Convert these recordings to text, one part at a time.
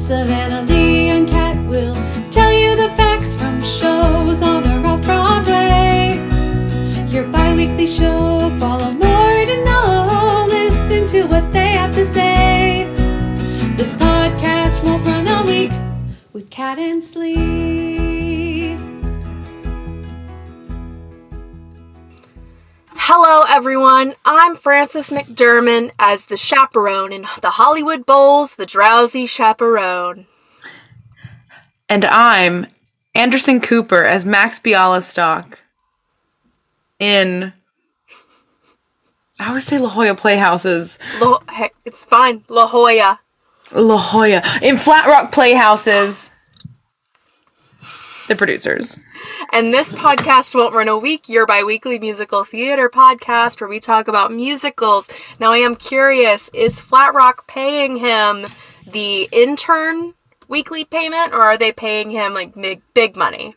Savannah Lee and Cat will tell you the facts from shows on or off Broadway. Your bi weekly show, follow more to know. Listen to what they have to say. This podcast won't run all week with Cat and Slee. Hello, everyone. I'm Frances McDermott as the chaperone in the Hollywood Bowls, the drowsy chaperone. And I'm Anderson Cooper as Max Bialystock in. I always say La Jolla Playhouses. Lo- hey, it's fine. La Jolla. La Jolla. In Flat Rock Playhouses. The producers. And this podcast won't run a week, your bi weekly musical theater podcast where we talk about musicals. Now, I am curious is Flat Rock paying him the intern weekly payment or are they paying him like big, big money?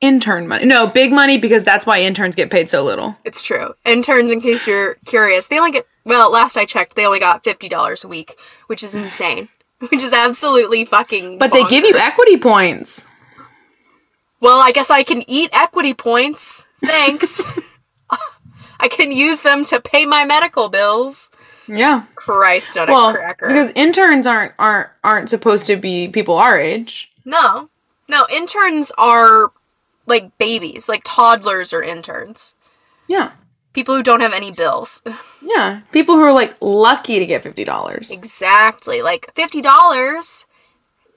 Intern money. No, big money because that's why interns get paid so little. It's true. Interns, in case you're curious, they only get, well, last I checked, they only got $50 a week, which is insane. Which is absolutely fucking. But they give you bonkers. equity points. Well, I guess I can eat equity points. Thanks. I can use them to pay my medical bills. Yeah. Christ on Well, a cracker. because interns aren't aren't aren't supposed to be people our age. no. No, interns are like babies, like toddlers are interns. Yeah. People who don't have any bills. Yeah, people who are like lucky to get fifty dollars. exactly. Like $50.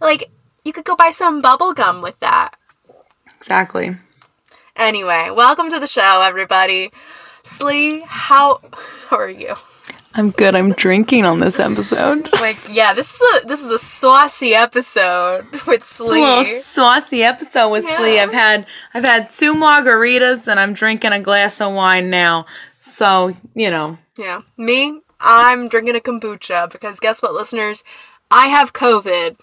Like you could go buy some bubble gum with that. Exactly. Anyway, welcome to the show everybody. Slee, how, how are you? I'm good. I'm drinking on this episode. like yeah this is a this is a saucy episode with Slee. Little saucy episode with Slee. Yeah. I've had I've had two margaritas and I'm drinking a glass of wine now. So you know, yeah me i'm drinking a kombucha because guess what listeners i have covid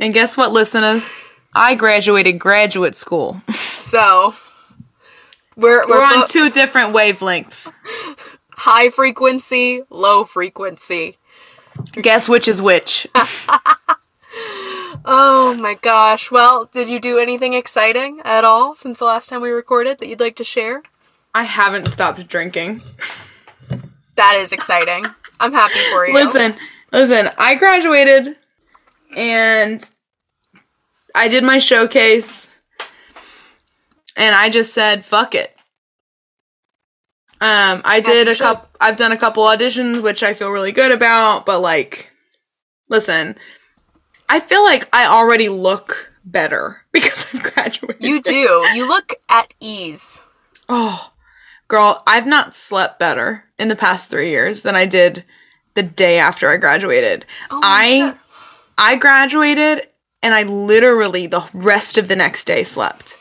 and guess what, listeners? I graduated graduate school. so we're we're, We're on both two different wavelengths. high frequency low frequency Guess which is which? Ah. oh my gosh well did you do anything exciting at all since the last time we recorded that you'd like to share I haven't stopped drinking. that is exciting i'm happy for you Listen, listen, I graduated and I did my showcase and I just said fuck it. Um I did you a should. couple I've done a couple auditions which I feel really good about, but like listen, I feel like I already look better because I've graduated. you do you look at ease Oh, girl, I've not slept better in the past three years than I did the day after I graduated. Oh, I shit. I graduated and I literally the rest of the next day slept.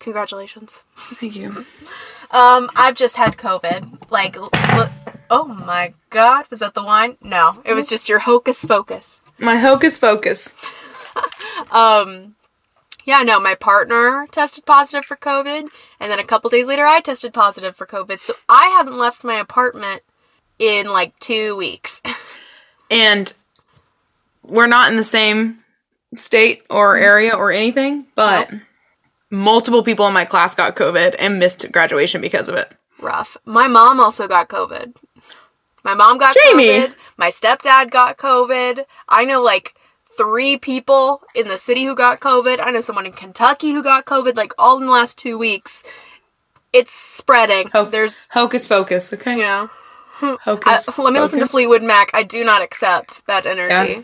congratulations Thank you. Um, I've just had COVID. Like, l- l- oh my god, was that the wine? No, it was just your hocus pocus. My hocus focus. Um, yeah, no, my partner tested positive for COVID, and then a couple days later, I tested positive for COVID. So I haven't left my apartment in like two weeks. And we're not in the same state or Mm-hmm. area or anything, but multiple people in my class got COVID and missed graduation because of it. Rough. My mom also got COVID. My mom got Jamie. COVID. My stepdad got COVID. I know like three people in the city who got COVID. I know someone in Kentucky who got COVID, like all in the last two weeks. It's spreading. Oh. There's, Hocus focus, okay? you know. I, Hocus. let me listen to focus. Fleetwood Mac. I do not accept that energy. Yeah.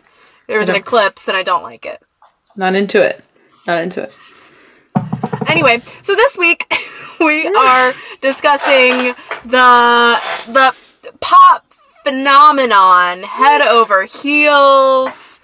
There was an eclipse and I don't like it. Not into it. Not into it. Anyway, so this week we are discussing the the pop phenomenon head over heels.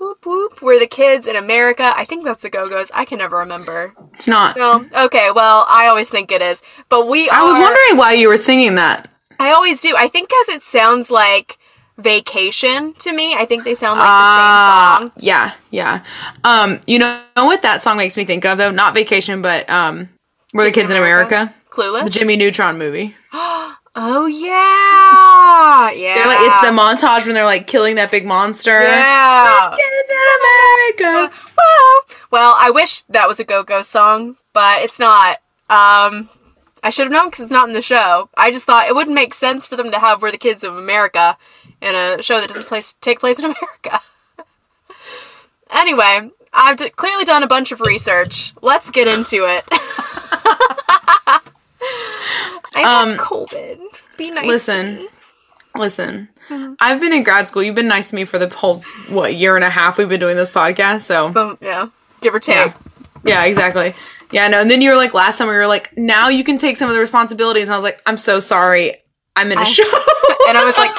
Whoop whoop. We're the kids in America. I think that's the Go Go's. I can never remember. It's not. No. Okay. Well, I always think it is, but we. Are, I was wondering why you were singing that. I always do. I think because it sounds like vacation to me. I think they sound like Ah, the same song. Yeah, yeah. Um, you know what that song makes me think of though? Not Vacation, but um, We're the Kids in America, Clueless. the Jimmy Neutron movie. Oh yeah, yeah. They're like it's the montage when they're like killing that big monster. yeah. Oh, It's in America. Wow. Well, I wish that was a Go Go song, but it's not. Um, I should have known because it's not in the show. I just thought it wouldn't make sense for them to have "We're the Kids of America" in a show that doesn't place take place in America. anyway, I've d- clearly done a bunch of research. Let's get into it. I have Um, COVID. Be nice. to Listen, listen. I've been in grad school. You've been nice to me for the whole what year and a half we've been doing this podcast. So them, yeah, give or take. yeah, yeah, exactly. Yeah, no. And then you were like last time we were like, now you can take some of the responsibilities. And I was like, I'm so sorry. I'm in a show. and I was like,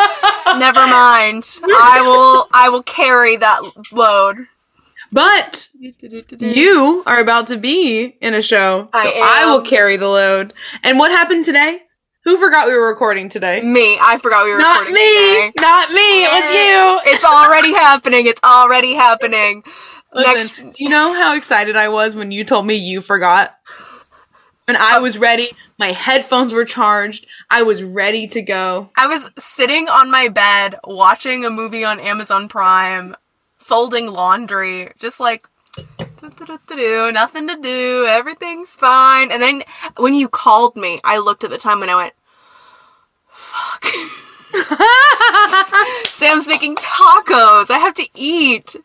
"Never mind. I will. I will carry that load." but you are about to be in a show, so I I, am. will carry the load. And what happened today? Who forgot we were recording today? Me. I forgot we were Not recording me. today. Not me. It was you. It's already happening. It's already happening. Listen, Next. do you know how excited I was when you told me you forgot? And I was ready. My headphones were charged. I was ready to go. I was sitting on my bed watching a movie on Amazon Prime, folding laundry, just like do nothing to do, everything's fine. And then when you called me, I looked at the time and I went, "Fuck." Sam's making tacos. I have to eat.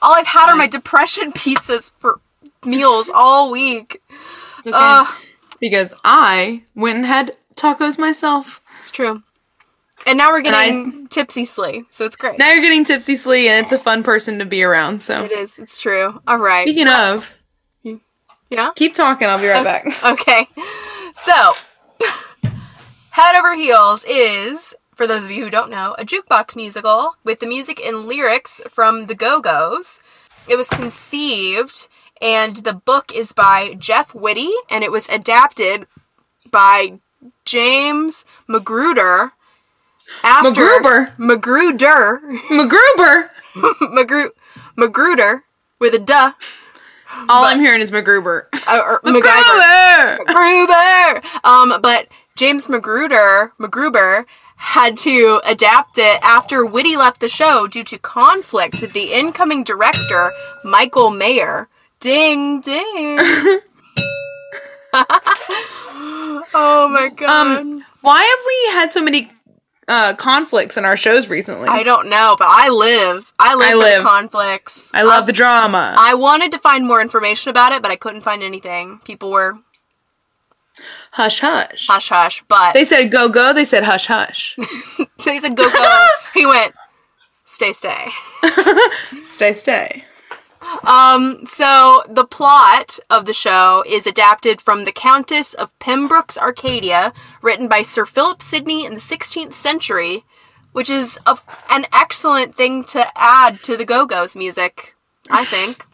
All I've had are my depression pizzas for meals all week. It's okay. Ugh. because I went and had tacos myself. It's true. And now we're I- getting tipsy slay, so it's great. Now you're getting tipsy slee, and it's a fun person to be around. So, It is. It's true. All right. speaking of, Yeah. keep talking. I'll be right back. Okay. So, Head Over Heels is, for those of you who don't know, a jukebox musical with the music and lyrics from the Go Go's. It was conceived, and the book is by Jeff Whitty, and it was adapted by James Magruder. After MacGruber? Magruder. MacGruber. Magru- Magruder with a duh. All I'm hearing is MacGruber. Uh, or MacGyver. MacGruber. Gruber. Um, but James Magruder, MacGruber, had to adapt it after Whitty left the show due to conflict with the incoming director, Michael Mayer. Ding, ding. oh my god. Um, why have we had so many uh, conflicts in our shows recently? I don't know, but I live. I live, I for the live. conflicts. Um, I love the drama. I wanted to find more information about it, but I couldn't find anything. People were hush, hush. hush hush, but They said go go. They said hush hush. They said go go. he went stay stay. stay stay. Um, so the plot of the show is adapted from The Countess of Pembroke's Arcadia, written by Sir Philip Sidney in the 16th century, which is a, an excellent thing to add to the Go Go's music. I think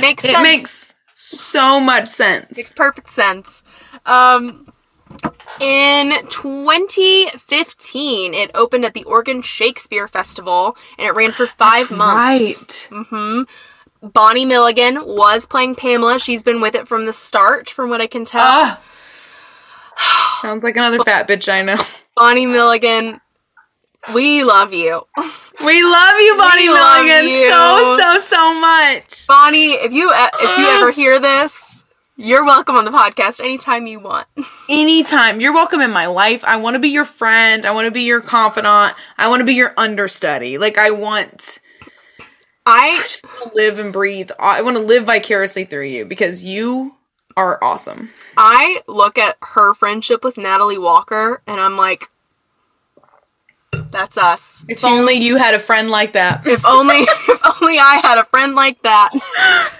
makes It sense. makes so much Makes sense. perfect sense. Um, in 2015, it opened at the Oregon Shakespeare Festival and it ran for five months. Right. Hmm. Bonnie Milligan was playing Pamela. She's been with it from the start, from what I can tell. Ah. Sounds like another fat bitch I know. Bonnie Milligan, we love you. We love you, Bonnie love Milligan, you. so so so much. Bonnie, if you e, if you Ah. ever hear this, you're welcome on the podcast anytime you want. Anytime you're welcome in my life, I want to be your friend. I want to be your confidant. I want to be your understudy. Like I want I to live and breathe. I want to live vicariously through you because you are awesome. I look at her friendship with Natalie Walker and I'm like that's us. If only you had a friend like that. If only if only I had a friend like that.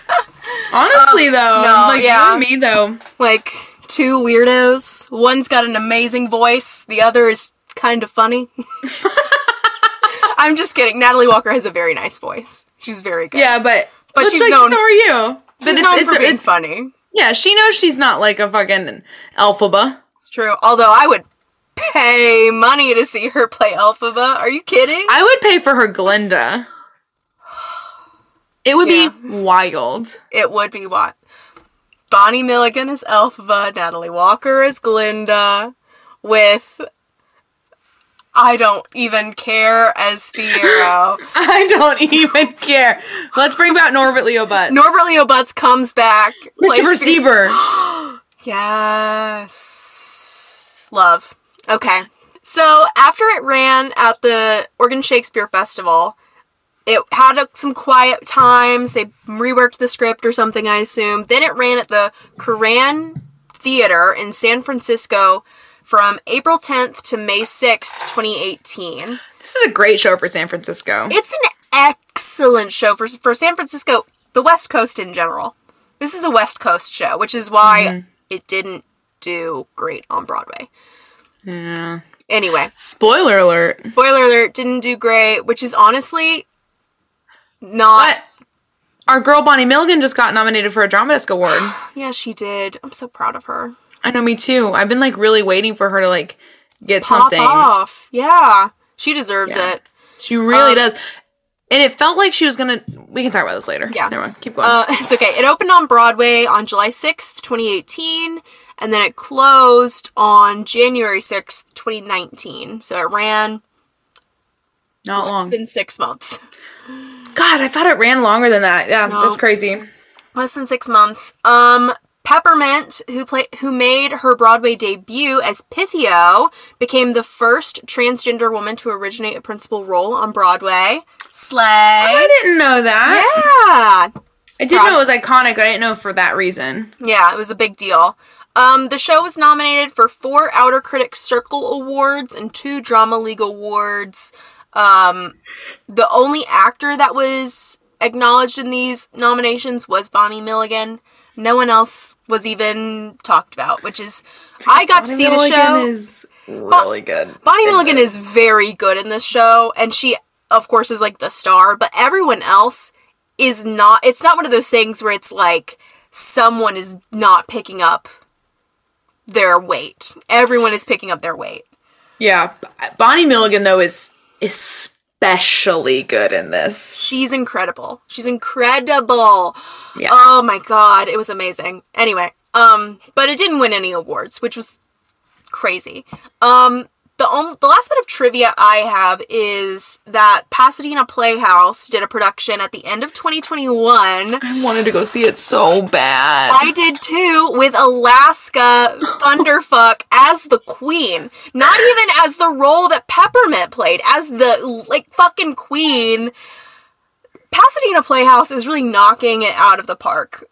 Honestly, though, um, no, like yeah. you and me, though, Like two weirdos. One's got an amazing voice, the other is kind of funny. I'm just kidding. Natalie Walker has a very nice voice. She's very good. yeah, but But but she's she's like, known- so are you. But She's it's known it's, for being it's funny. yeah, she knows she's not like a fucking alphaba. It's true. Although I would pay money to see her play Elphaba. Are you kidding? I would pay for her Glinda. It would Yeah. be wild. It would be what? Bonnie Milligan is Elphaba, Natalie Walker is Glinda. with I don't even care as Fiero. I don't even care. Let's bring back Norbert Leo Butts. Norbert Leo Butts comes back. plays Christopher Fie- Sieber. Yes. Love. Okay. So after it ran at the Oregon Shakespeare Festival, it had uh, some quiet times. They reworked the script or something, I assume. Then it ran at the Koran Theater in San Francisco from April 10th to May 6th, 2018. This is a great show for San Francisco. It's an excellent show for for San Francisco, the West Coast in general. This is a West Coast show, which is why Mm-hmm. it didn't do great on Broadway. Yeah. Anyway, Spoiler alert. spoiler alert, didn't do great, which is honestly not. But our girl Bonnie Milligan just got nominated for a Drama Desk Award. Yeah, she did. I'm so proud of her. I know, me too. I've been like really waiting for her to like get something. Pop off. Yeah, she deserves Yeah. it. She really Um, does. And it felt like she was gonna. We can talk about this later. Yeah. never mind. Keep going. Uh, it's okay. It opened on Broadway on July 6th, 2018, and then it closed on January 6th, 2019. So it ran Not It's long. been six months. God, I thought it ran longer than that. Yeah, No. that's crazy. Less than six months. Um, Peppermint, who play, who made her Broadway debut as Pythio, became the first transgender woman to originate a principal role on Broadway. I Slay. didn't know that. Yeah. I did know it was iconic. but I didn't know for that reason. Yeah, it was a big deal. Um, the show was nominated for four Outer Critics Circle Awards and two Drama League Awards. Um, the only actor that was acknowledged in these nominations was Bonnie Milligan. No one else was even talked about, which is I got to see the show. is really good. Bonnie Milligan is very good in this show, and she, of course, is like the star, but everyone else is not. It's not one of those things where it's like someone is not picking up their weight. Everyone is picking up their weight. Yeah, B- Bonnie Milligan though is especially good in this. She's incredible. She's incredible. Yeah. Oh my god, it was amazing. Anyway, um, but it didn't win any awards, which was crazy. Um, the on- the last bit of trivia I have is that Pasadena Playhouse did a production at the end of 2021. I wanted to go see it so bad. I did too with Alaska Thunderfuck as the queen, not even as the role that Peppermint played, as the like fucking queen. Pasadena Playhouse is really knocking it out of the park.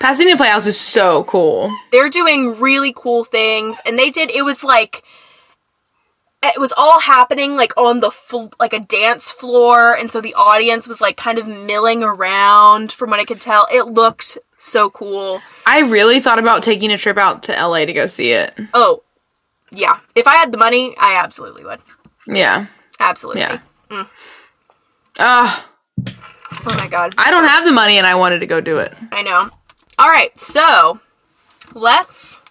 Pasadena Playhouse is so cool. they're doing really cool things and they did it was like it was all happening like on the fl- like a dance floor and so the audience was like kind of milling around from what i could tell it looked so cool I really thought about taking a trip out to LA to go see it. oh yeah if i had the money i absolutely would Yeah, absolutely yeah. Mm. Ugh, oh my god I don't have the money, and I wanted to go do it. i know all right so let's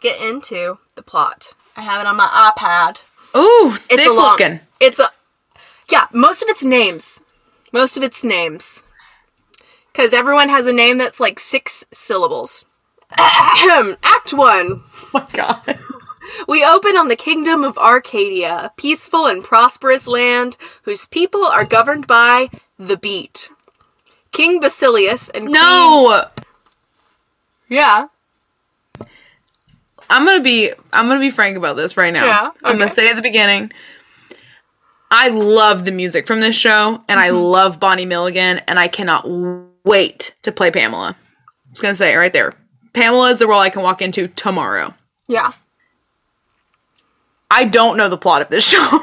get into the plot i have it on my ipad Ooh, It's thick a long, looking. It's a yeah. Most of its names. Most of its names. Because everyone has a name that's like six syllables. Ahem. Act one. Oh my god. We open on the kingdom of Arcadia, a peaceful and prosperous land whose people are governed by the beat. King Basilius and No, Queen- yeah, I'm gonna be I'm gonna be frank about this right now. Yeah, I'm gonna okay. say at the beginning, I love the music from this show, Mm-hmm. and I love Bonnie Milligan, and I cannot wait to play Pamela. I was gonna say it right there. Pamela is the role I can walk into tomorrow. yeah. I don't know the plot of this show.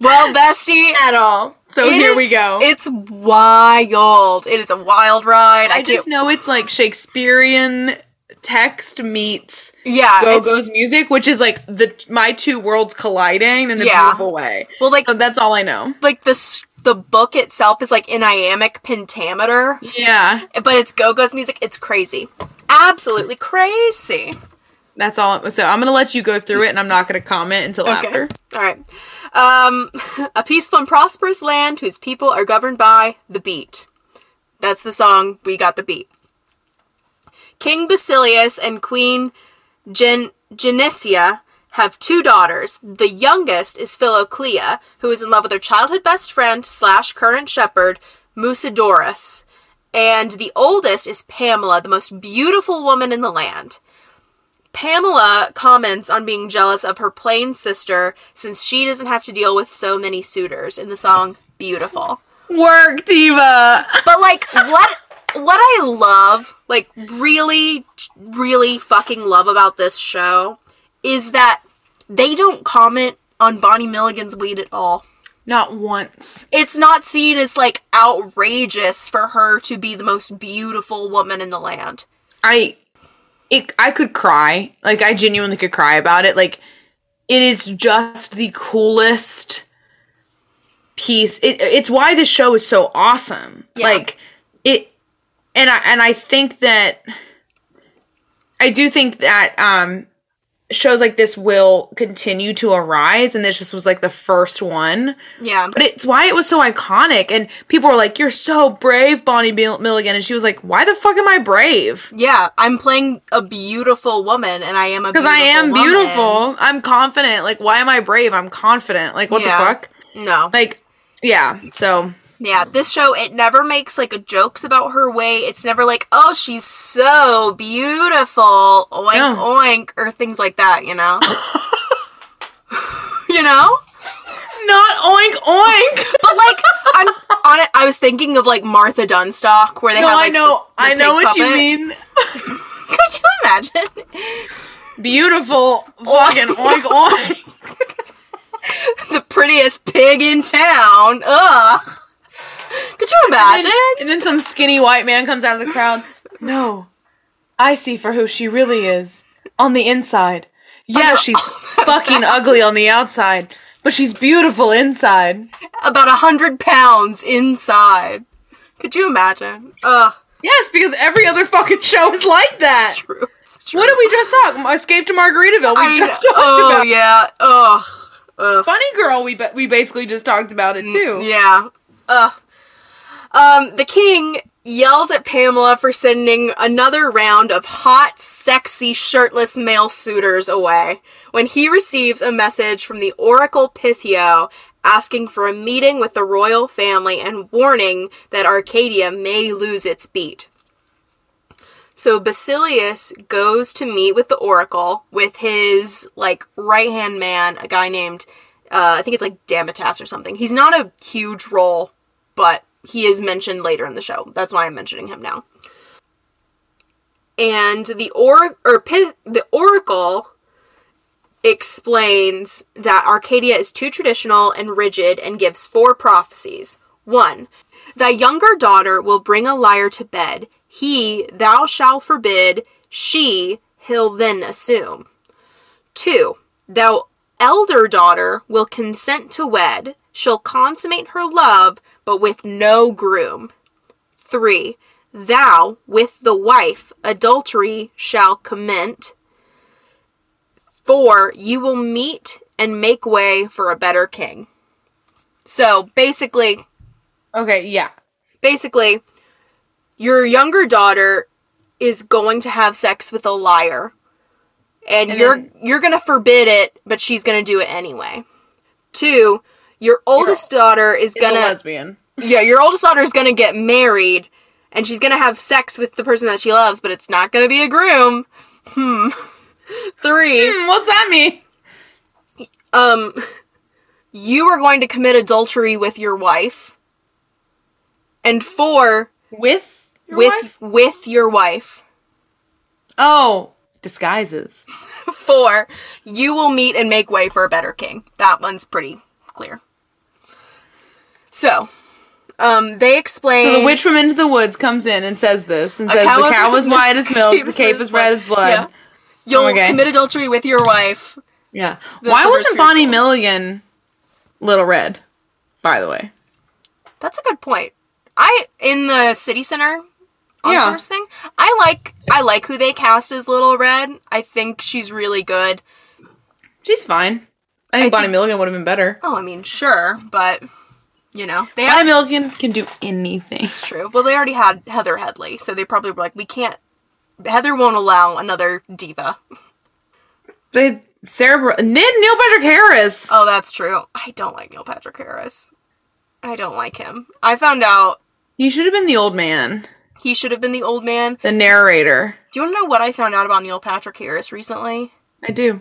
Well, bestie, at all. So here we go. It's wild. It is a wild ride. I, I can't. just know it's like Shakespearean text meets yeah, Go it's- Go's music, which is like the my two worlds colliding in a Yeah. beautiful way. Well, like So that's all I know. like the s- the book itself is like in iambic pentameter, Yeah. but it's Go-Go's music. It's crazy, absolutely crazy. That's all. So I'm gonna let you go through it, and I'm not gonna comment until after. All right. Um, a peaceful and prosperous land whose people are governed by the beat. That's the song. We got the beat. King Basilius and Queen Gen- Genesia have two daughters. The youngest is Philoclea, who is in love with her childhood best friend slash current shepherd, Musidorus. And the oldest is Pamela, the most beautiful woman in the land. Pamela comments on being jealous of her plain sister since she doesn't have to deal with so many suitors in the song Beautiful. Work, diva. But like what what I love, like really really fucking love about this show is that they don't comment on Bonnie Milligan's weed at all. Not once. It's not seen as like outrageous for her to be the most beautiful woman in the land. I it I could cry. Like I genuinely could cry about it. Like it is just the coolest piece. It, it's why this show is so awesome. Yeah. Like it and I and I think that I do think that um shows like this will continue to arise and this just was like the first one. Yeah. But it's why it was so iconic and people were like you're so brave Bonnie Mill- Milligan and she was like why the fuck am I brave? yeah, I'm playing a beautiful woman and I am a Because I am woman. beautiful. I'm confident. Like, why am I brave? I'm confident. Like, what Yeah. the fuck? No. Like, yeah. So, Yeah, this show it never makes like jokes about her way. It's never like, oh, she's so beautiful, oink No. oink, or things like that. You know, you know. not oink oink. But like, I'm on it. I was thinking of like Martha Dunstock, where they no, have like, I know. the- the I know pig what you puppet. mean. Could you imagine? Beautiful fucking oink oink. the prettiest pig in town. Ugh. Could you imagine? And then some skinny white man comes out of the crowd. No, I see for who she really is on the inside. Yeah, she's fucking ugly on the outside, but she's beautiful inside. About a hundred pounds inside. Could you imagine? Ugh. Yes, because every other fucking show is like that. True. It's true. What did we just talk? Escape to Margaritaville. We I just know- talked oh about yeah. Ugh. Ugh. Funny Girl. We ba- we basically just talked about it too. Yeah. Ugh. Um, the king yells at Pamela for sending another round of hot, sexy, shirtless male suitors away when he receives a message from the Oracle Pythio asking for a meeting with the royal family and warning that Arcadia may lose its beat. So Basilius goes to meet with the Oracle with his like right hand man, a guy named uh, I think it's like Damatas or something. He's not a huge role, but he is mentioned later in the show. That's why I'm mentioning him now. And the or or Pith- the Oracle explains that Arcadia is too traditional and rigid and gives four prophecies. One, thy younger daughter will bring a liar to bed. He thou shall forbid, she he'll then assume. Two, thou elder daughter will consent to wed. She'll consummate her love, but with no groom. Three, thou with the wife adultery shall commit. Four, you will meet and make way for a better king. So basically, Okay, yeah. basically, your younger daughter is going to have sex with a liar, and, you're you're gonna forbid it, but she's gonna do it anyway. Two, your oldest daughter is The gonna lesbian. yeah, your oldest daughter is gonna get married, and she's gonna have sex with the person that she loves, but it's not gonna be a groom. Hmm. Three, Hmm, what's that mean? um, you are going to commit adultery with your wife. And four, With your with wife? with your wife. Oh, disguises. Four, you will meet and make way for a better king. That one's pretty clear. So, um, they explain. So the witch from Into the Woods comes in and says this and says the cow was white as milk, the cape is red as blood. Yeah. You'll Okay. commit adultery with your wife. Yeah. The Why silver wasn't spear's Bonnie gold. Milligan Little Red? By the way. That's a good point. I in the city center on Yeah. first thing. I like I like who they cast as Little Red. I think she's really good. She's fine. I think I Bonnie think- Milligan would have been better. Oh, I mean, sure, but you know they Bonnie had Milligan can do anything. It's true. Well, they already had Heather Headley, so they probably were like, we can't. Heather won't allow another diva. They Sarah, Bar- then Neil Patrick Harris. Oh, that's true. I don't like Neil Patrick Harris. I don't like him. I found out He should have been the old man, he should have been the old man. the narrator. Do you want to know what I found out about Neil Patrick Harris recently? I do.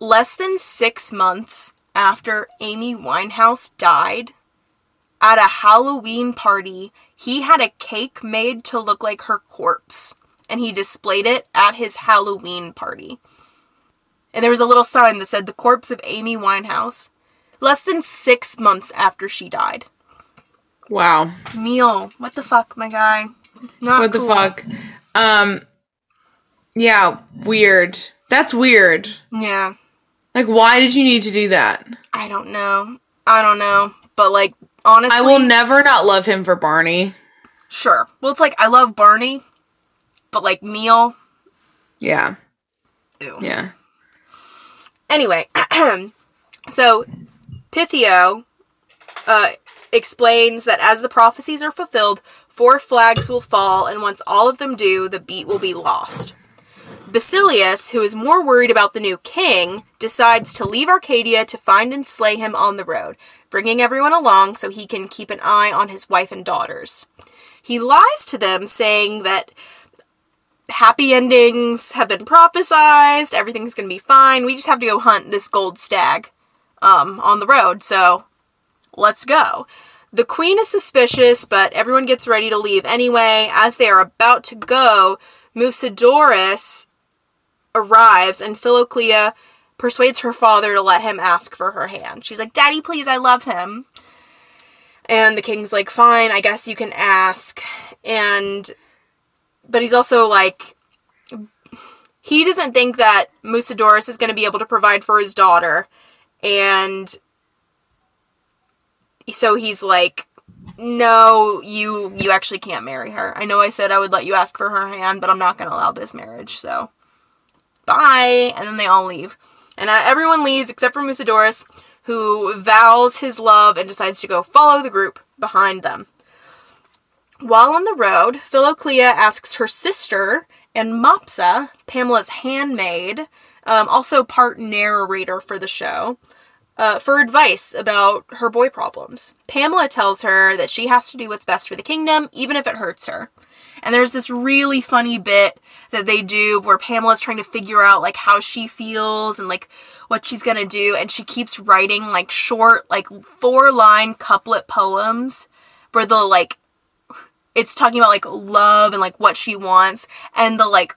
Less than six months after Amy Winehouse died, at a Halloween party, he had a cake made to look like her corpse, and he displayed it at his Halloween party. And there was a little sign that said, The corpse of Amy Winehouse. Less than six months after she died. Wow. Neil, what the fuck, my guy? Not What cool. the fuck? Um, yeah, weird. That's weird. Yeah. Like, why did you need to do that? I don't know. I don't know. But like honestly, I will never not love him for Barney. sure. Well, it's like I love Barney, but like Neil. Yeah, Ew. yeah. Anyway, so Pythio uh, explains that as the prophecies are fulfilled, four flags will fall, and once all of them do, the beat will be lost. Basilius, who is more worried about the new king, decides to leave Arcadia to find and slay him on the road, bringing everyone along so he can keep an eye on his wife and daughters. He lies to them, saying that happy endings have been prophesized, everything's gonna be fine. We just have to go hunt this gold stag um, on the road, so let's go. The queen is suspicious, but everyone gets ready to leave anyway. As they are about to go, Musidorus arrives and Philoclea persuades her father to let him ask for her hand. She's like, Daddy, please, I love him. And the king's like, Fine, I guess you can ask. And, but he's also like, he doesn't think that Musidorus is going to be able to provide for his daughter. And so he's like, no, you you actually can't marry her. I know I said I would let you ask for her hand, but I'm not going to allow this marriage. So bye. And then they all leave. And uh, everyone leaves except for Musidorus, who vows his love and decides to go follow the group behind them. While on the road, Philoclea asks her sister and Mopsa, Pamela's handmaid, um, also part narrator for the show, uh, for advice about her boy problems. Pamela tells her that she has to do what's best for the kingdom, even if it hurts her. And there's this really funny bit that they do where Pamela's trying to figure out like how she feels and like what she's gonna do, and she keeps writing like short, like four line couplet poems where the like it's talking about like love and like what she wants and the like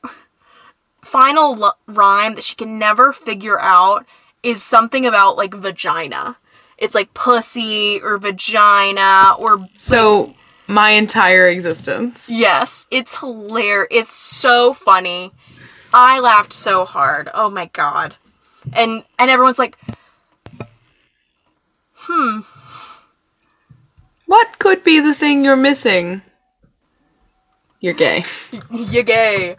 final l- rhyme that she can never figure out is something about like vagina it's like pussy or vagina or So my entire existence. yes it's hilarious it's so funny i laughed so hard oh my god and and everyone's like What could be the thing you're missing? You're gay. you gay.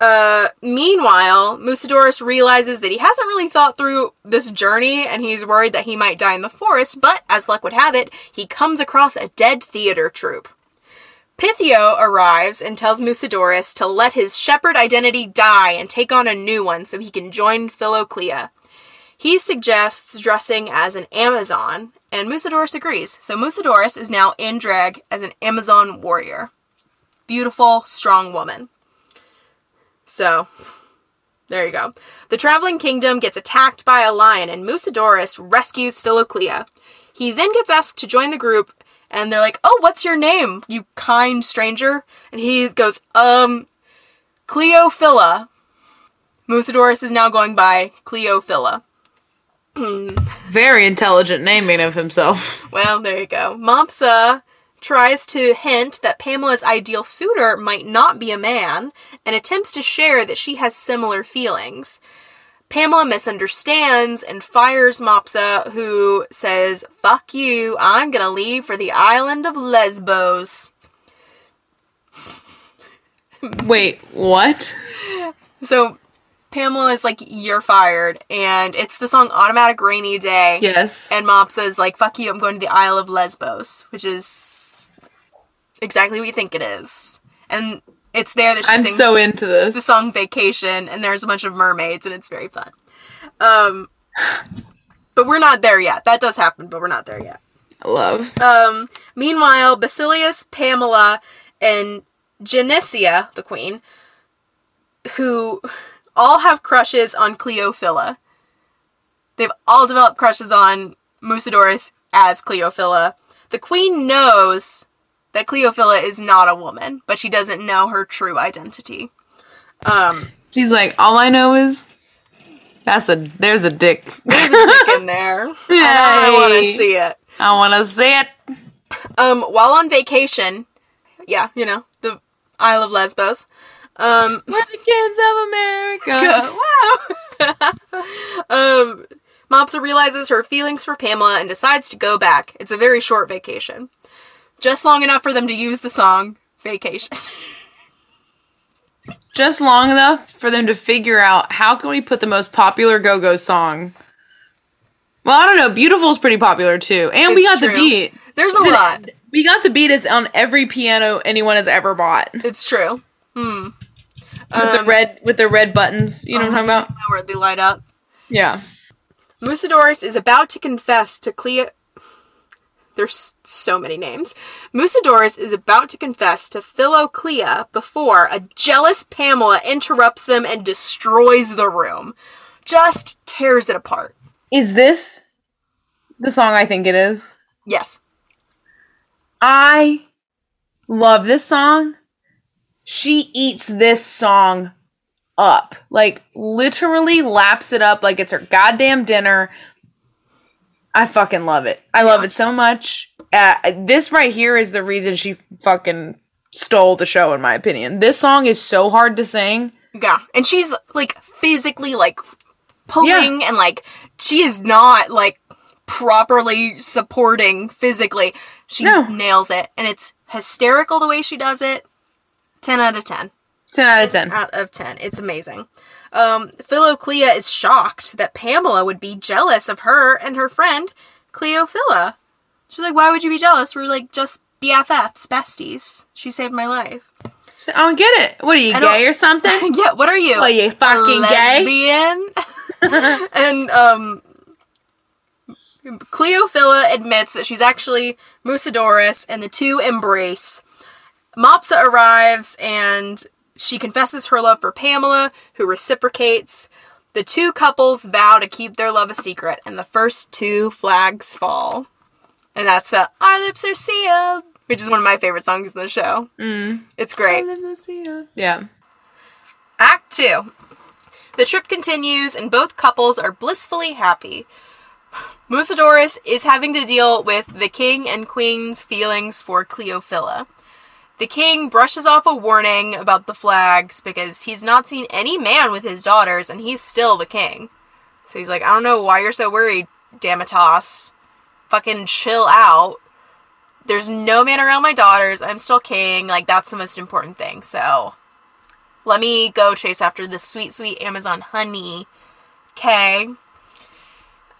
Uh, meanwhile, Musidorus realizes that he hasn't really thought through this journey and he's worried that he might die in the forest, but as luck would have it, he comes across a dead theater troupe. Pythio arrives and tells Musidorus to let his shepherd identity die and take on a new one so he can join Philoclea. He suggests dressing as an Amazon, and Musidorus agrees, so Musidorus is now in drag as an Amazon warrior beautiful, strong woman. So, there you go. The traveling kingdom gets attacked by a lion, and Musidorus rescues Philoclea. He then gets asked to join the group, and they're like, Oh, what's your name, you kind stranger? And he goes, Um, Cleophila. Musidorus is now going by Cleophila. Very intelligent naming of himself. Well, there you go. Mopsa tries to hint that Pamela's ideal suitor might not be a man and attempts to share that she has similar feelings. Pamela misunderstands and fires Mopsa, who says, Fuck you, I'm gonna leave for the island of Lesbos. Wait, what? So Pamela is like, You're fired, and it's the song Automatic Rainy Day. Yes. And Mopsa is like, fuck you, I'm going to the Isle of Lesbos, which is exactly what you think it is. And It's there that she I'm sings so into this. the song Vacation, and there's a bunch of mermaids, and it's very fun. Um, but we're not there yet. That does happen, but we're not there yet. Love. Um, meanwhile, Basilius, Pamela, and Genesia, the queen, who all have crushes on Cleophila. They've all developed crushes on Musidorus as Cleophila. The queen knows that Cleophila is not a woman, but she doesn't know her true identity. Um, She's like, all I know is that's a there's a dick. there's a dick in there. and I want to Yay. see it. I want to see it. Um, while on vacation, yeah, you know, the Isle of Lesbos. Um, We're the kids of America. wow. um, Mopsa realizes her feelings for Pamela and decides to go back. It's a very short vacation, just long enough for them to use the song "Vacation." Just long enough for them to figure out how can we put the most popular go-go song. Well, I don't know. Beautiful's pretty popular too, and we It's got the true. beat. There's a Did it- lot. We got the beat is on every piano anyone has ever bought with It's true. Hmm. the Um, red with the red buttons. You know what I'm talking about? Where they light up. Yeah. Musidorus is about to confess to Cleo. There's so many names. Musidorus is about to confess to Philoclea before a jealous Pamela interrupts them and destroys the room. Just tears it apart. Is this the song I think it is? Yes. I love this song. She eats this song up. Like literally laps it up like it's her goddamn dinner. I fucking love it. I love it so much. Uh, this right here is the reason she fucking stole the show in my opinion. This song is so hard to sing. Yeah. And she's like physically like pulling and like she is not like properly supporting physically. She No. nails it. And it's hysterical the way she does it. 10 out of 10. 10 out of 10. out of 10. It's amazing. Um, Philoclea is shocked that Pamela would be jealous of her and her friend, Cleophila. She's like, why would you be jealous? We're like just BFFs, besties. She saved my life. She's like, I don't get it. What are you, I don't- gay or something? yeah, what are you? Are you a fucking gay? lesbian? and, um, Cleophila admits that she's actually Musidorus, and the two embrace. Mopsa arrives and she confesses her love for Pamela, who reciprocates. The two couples vow to keep their love a secret, and the first two flags fall. And that's the Our Lips Are Sealed, which is one of my favorite songs in the show. Mm. It's great. Yeah. Act 2. The trip continues and both couples are blissfully happy. Musidorus is having to deal with the king and queen's feelings for Cleophila. The king brushes off a warning about the flags because he's not seen any man with his daughters and he's still the king. So he's like, I don't know why you're so worried, Damatos. Fucking chill out. There's no man around my daughters. I'm still king. Like, that's the most important thing. So, let me go chase after this sweet, sweet Amazon honey. Okay.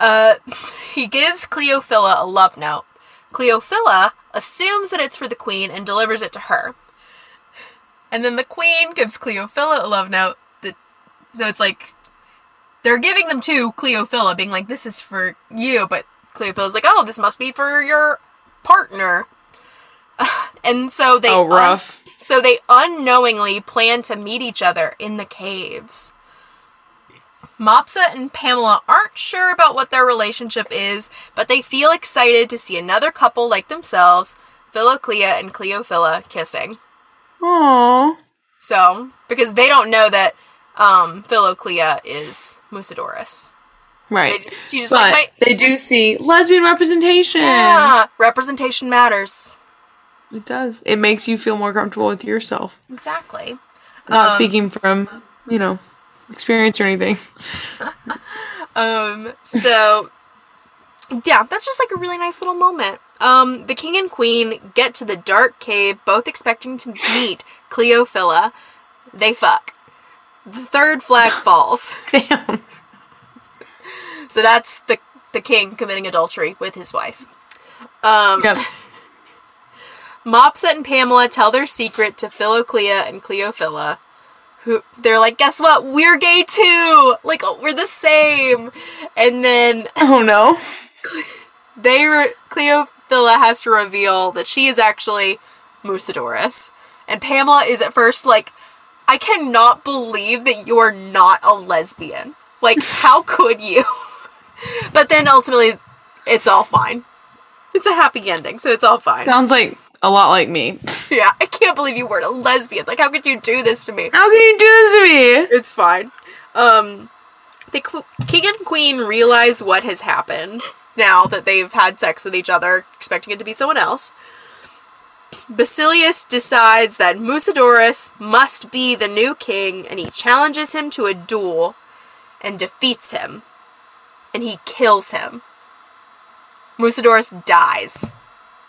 Uh, he gives Cleophila a love note. Cleophila assumes that it's for the queen and delivers it to her. And then the queen gives Cleophila a love note. That, so it's like they're giving them to Cleophila, being like, this is for you. But Cleophila's like, oh, this must be for your partner. And so they Oh, un- rough. so they unknowingly plan to meet each other in the caves. Mopsa and Pamela aren't sure about what their relationship is, but they feel excited to see another couple like themselves, Philoclea and Cleophila, kissing. Aww. So, because they don't know that um, Philoclea is Musidorus. Right. They- She's just but like, "My- they do see lesbian representation. yeah, representation matters. It does. It makes you feel more comfortable with yourself. Exactly. Not speaking from, you know, experience or anything. Um, so yeah, that's just like a really nice little moment. Um, the king and queen get to the dark cave, both expecting to meet Cleophila. They fuck. The third flag falls. Damn. So that's the the king committing adultery with his wife. Um, Yeah. Mopset and Pamela tell their secret to Philoclea and Cleophila. Who they're like, guess what? We're gay too. Like oh, we're the same. And then Oh no. they re- Cleophila has to reveal that she is actually Musidorus, and Pamela is at first like, I cannot believe that you're not a lesbian. Like, how could you? but then ultimately, it's all fine. It's a happy ending, so it's all fine. Sounds like a lot like me. yeah, I can't believe you weren't a lesbian. Like, how could you do this to me? How can you do this to me? It's fine. Um, the qu- king and queen realize what has happened now that they've had sex with each other, expecting it to be someone else. Basilius decides that Musidorus must be the new king, and he challenges him to a duel and defeats him. And he kills him. Musidorus dies.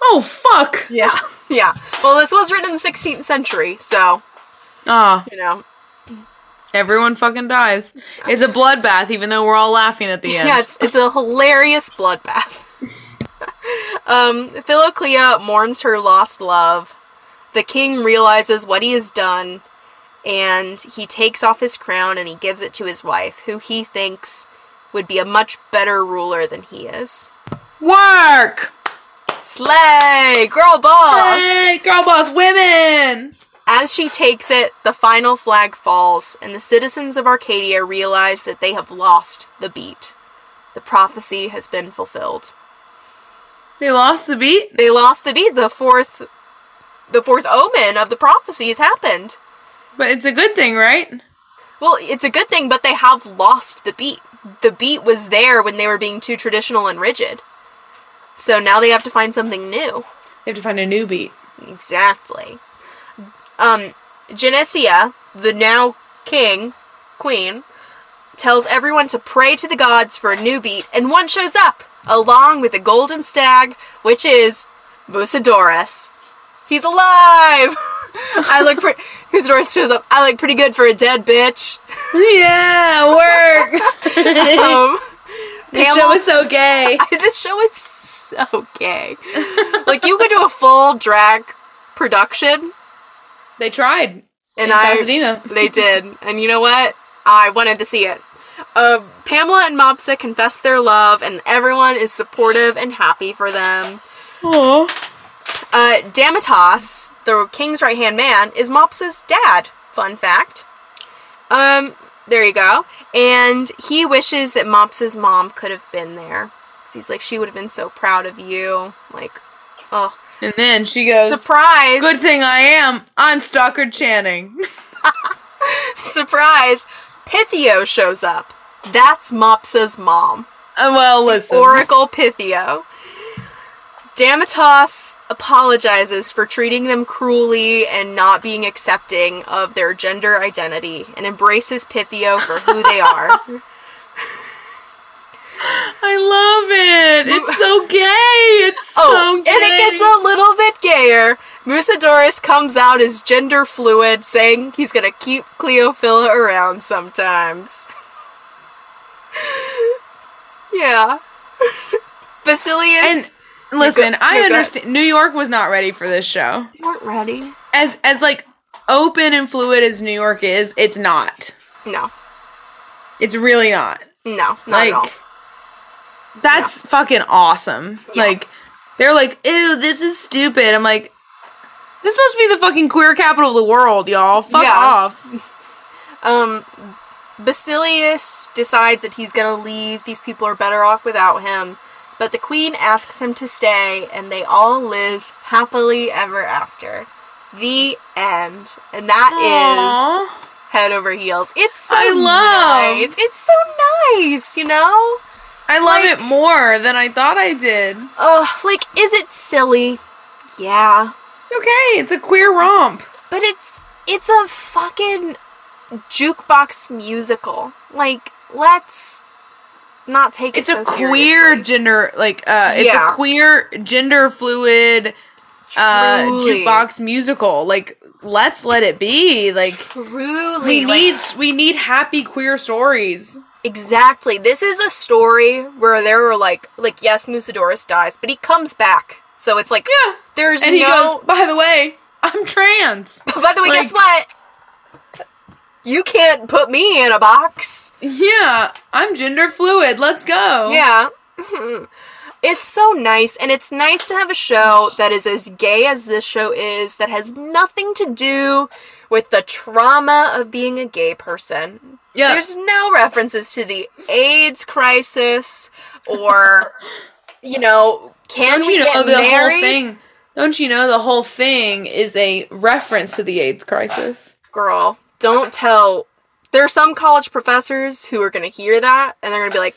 Oh fuck. Yeah. Yeah. Well, this was written in the 16th century, so, Ah, you know, everyone fucking dies. It's a bloodbath, even though we're all laughing at the end. Yeah, it's, it's a hilarious bloodbath. um, Philoclea mourns her lost love. The king realizes what he has done, and he takes off his crown and he gives it to his wife, who he thinks would be a much better ruler than he is. work. Slay! Girl boss! Hey, girl boss, women. As she takes it, the final flag falls, and the citizens of Arcadia realize that they have lost the beat. The prophecy has been fulfilled. They lost the beat. they lost the beat. The fourth, the fourth omen of the prophecy has happened. But it's a good thing, right? Well, it's a good thing, but they have lost the beat. The beat was there when they were being too traditional and rigid. So now they have to find something new. They have to find a new beat. Exactly. Um, Genesia, the now king, queen, tells everyone to pray to the gods for a new beat, and one shows up, along with a golden stag, which is Musidorus. He's alive! I look pretty. Musidorus shows up. I look pretty good for a dead bitch. Yeah, work. Um, this show Pamela- is so gay. this show is so gay. like, you could do a full drag production, They tried. and in I. Pasadena. they did. And you know what? I wanted to see it. Uh, Pamela and Mopsa confess their love, and everyone is supportive and happy for them. Aw. Uh, Damatas, the king's right hand man, is Mopsa's dad. Fun fact. Um, there you go. And he wishes that Mopsa's mom could have been there. 'Cause he's like, she would have been so proud of you. Like, oh, And then she goes, surprise! Good thing I am. I'm Stockard Channing. surprise! Pythio shows up. That's Mopsa's mom. Uh, well, listen. Oracle Pythio. Damatas apologizes for treating them cruelly and not being accepting of their gender identity and embraces Pythio for who they are. I love it. It's so gay. It's oh, so and gay. it gets a little bit gayer. Musidorus comes out as gender fluid, saying he's gonna keep Cleophila around sometimes. yeah. Basilius. And listen, go- I no, go understand. New York was not ready for this show. you weren't ready. As as like open and fluid as New York is, it's not. No. It's really not. No, not like at all. that's fucking awesome. Yeah. Like they're like, "Ew, this is stupid." I'm like, "This must be the fucking queer capital of the world, y'all. Fuck Yeah. off." Um, Basilius decides that he's gonna leave. These people are better off without him. But the queen asks him to stay, and they all live happily ever after. The end. And that is Aw. head over heels. It's so I love- nice. It's so nice, you know? I love Like- it more than I thought I did. Ugh, like, is it silly? Yeah. Okay, it's a queer romp. But it's it's a fucking jukebox musical. Like, let's not take It's it a so queer seriously. gender like uh it's Yeah. a queer gender fluid uh Truly. jukebox musical. Like let's let it be. Like Truly, we like- need we need happy queer stories. exactly. This is a story where there were like, like yes, Musidorus dies, but he comes back. So it's like Yeah. there's And he no. goes, by the way, I'm trans. By the way, like- guess what? You can't put me in a box. yeah, I'm gender fluid. Let's go. Yeah. It's so nice, and it's nice to have a show that is as gay as this show is, that has nothing to do with the trauma of being a gay person. Yeah. There's no references to the AIDS crisis or, you know, can Don't we you know get the married? whole thing? Don't you know the whole thing is a reference to the AIDS crisis? Girl, don't tell. There are some college professors who are going to hear that, and they're going to be like,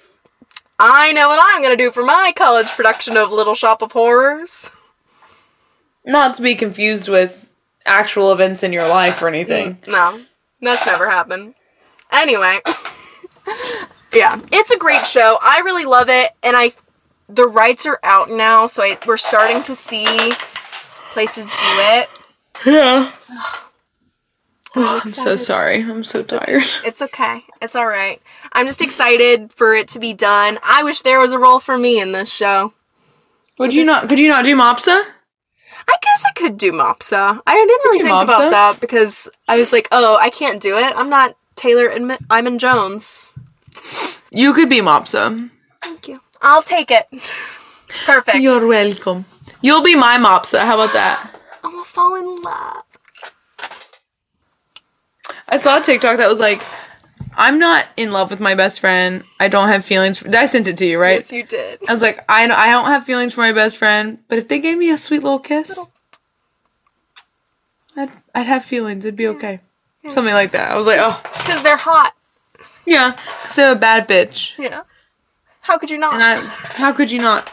I know what I'm going to do for my college production of Little Shop of Horrors. Not to be confused with actual events in your life or anything. No, that's never happened. Anyway, yeah, it's a great show. I really love it, and I the rights are out now, so I, we're starting to see places do it. Yeah. Oh, I'm so sorry. I'm so tired. It's okay. It's all right. I'm just excited for it to be done. I wish there was a role for me in this show. Would you not? Could you not do Mopsa? I guess I could do Mopsa. I didn't really do think Mopsa. about that because I was like, oh, I can't do it. I'm not Taylor and Mi- I'm in Jones. You could be Mopsa. Thank you. I'll take it. Perfect. You're welcome. You'll be my Mopsa. How about that? I'm gonna fall in love. I saw a TikTok that was like, "I'm not in love with my best friend. I don't have feelings." For-. I sent it to you, right? Yes, you did. I was like, I, I don't have feelings for my best friend, but if they gave me a sweet little kiss, I'd, I'd have feelings. It'd be okay. Something like that. I was like, oh, Because they're hot. yeah. So a bad bitch. Yeah. How could you not? And I, how could you not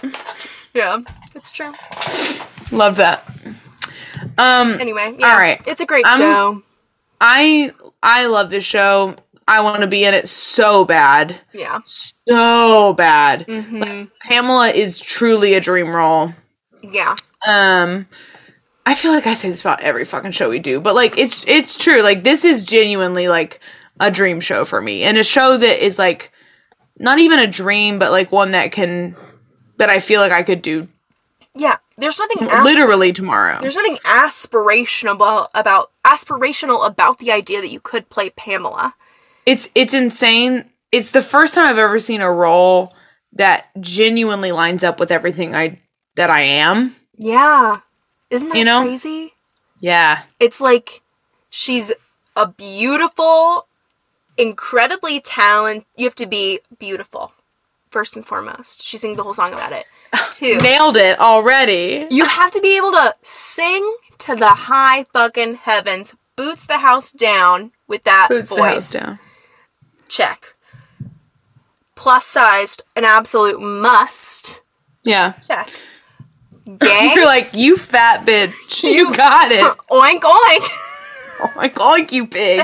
yeah, it's true. love that? Um, Anyway, yeah, All right. It's a great I'm- show. I, I love this show. I want to be in it so bad. Yeah. So bad. Like, Pamela is truly a dream role. Yeah. um i feel like i say this about every fucking show we do but like it's it's true like this is genuinely like a dream show for me and a show that is like not even a dream but like one that can that i feel like i could do Yeah. There's nothing asp- literally tomorrow There's nothing aspirational about aspirational about the idea that you could play Pamela. it's it's insane it's the first time i've ever seen a role that genuinely lines up with everything i that i am Yeah. Isn't that You know? crazy? yeah It's like she's a beautiful, incredibly talented. You have to be beautiful first and foremost. She sings a whole song about it. Two. nailed it already You have to be able to sing to the high fucking heavens, boots the house down with that boots the house voice. down Check. Plus sized, an absolute must. yeah Check. Gay. you're like you fat bitch you got it oink oink. Oh my god, you pig.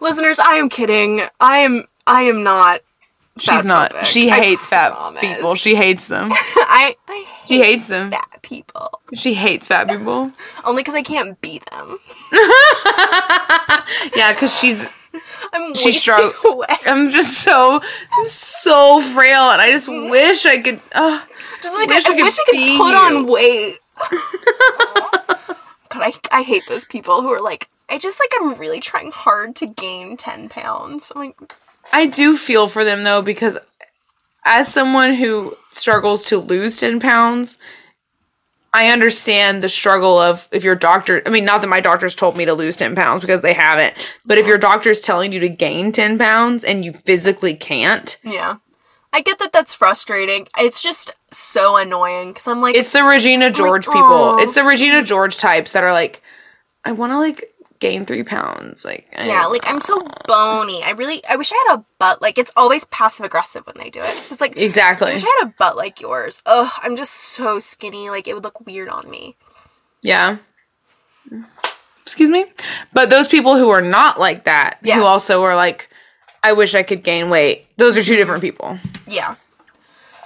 Listeners, I am kidding. I am. I am not. She's not. fatphobic. She I hates fat promise. people. She hates them. I. I hate She hates them. fat people She hates fat people. only because I can't be them. Yeah, because she's. I'm She she strugg- away. I'm just so, so frail, and I just wish I could. Uh, Mm-hmm. Just like Wish I, we could wish I could put on weight. be you. God, I, I hate those people who are like, I just like I'm really trying hard to gain ten pounds. I'm like, I do feel for them though, because as someone who struggles to lose 10 pounds, I understand the struggle of if your doctor, I mean, not that my doctors told me to lose 10 pounds because they haven't, but if your doctor's telling you to gain 10 pounds and you physically can't, yeah. I get that that's frustrating. It's just so annoying because I'm like, oh. it's the Regina George people. aw. It's the Regina George types that are like, I want to like gain three pounds. Like, I- yeah, like I'm so bony. I really, I wish I had a butt. Like it's always passive aggressive when they do it. It's just like, I exactly. wish I had a butt like yours. Ugh, I'm just so skinny. Like it would look weird on me. Yeah. Excuse me? But those people who are not like that, Yes. who also are like, I wish I could gain weight, those are two different people. Yeah.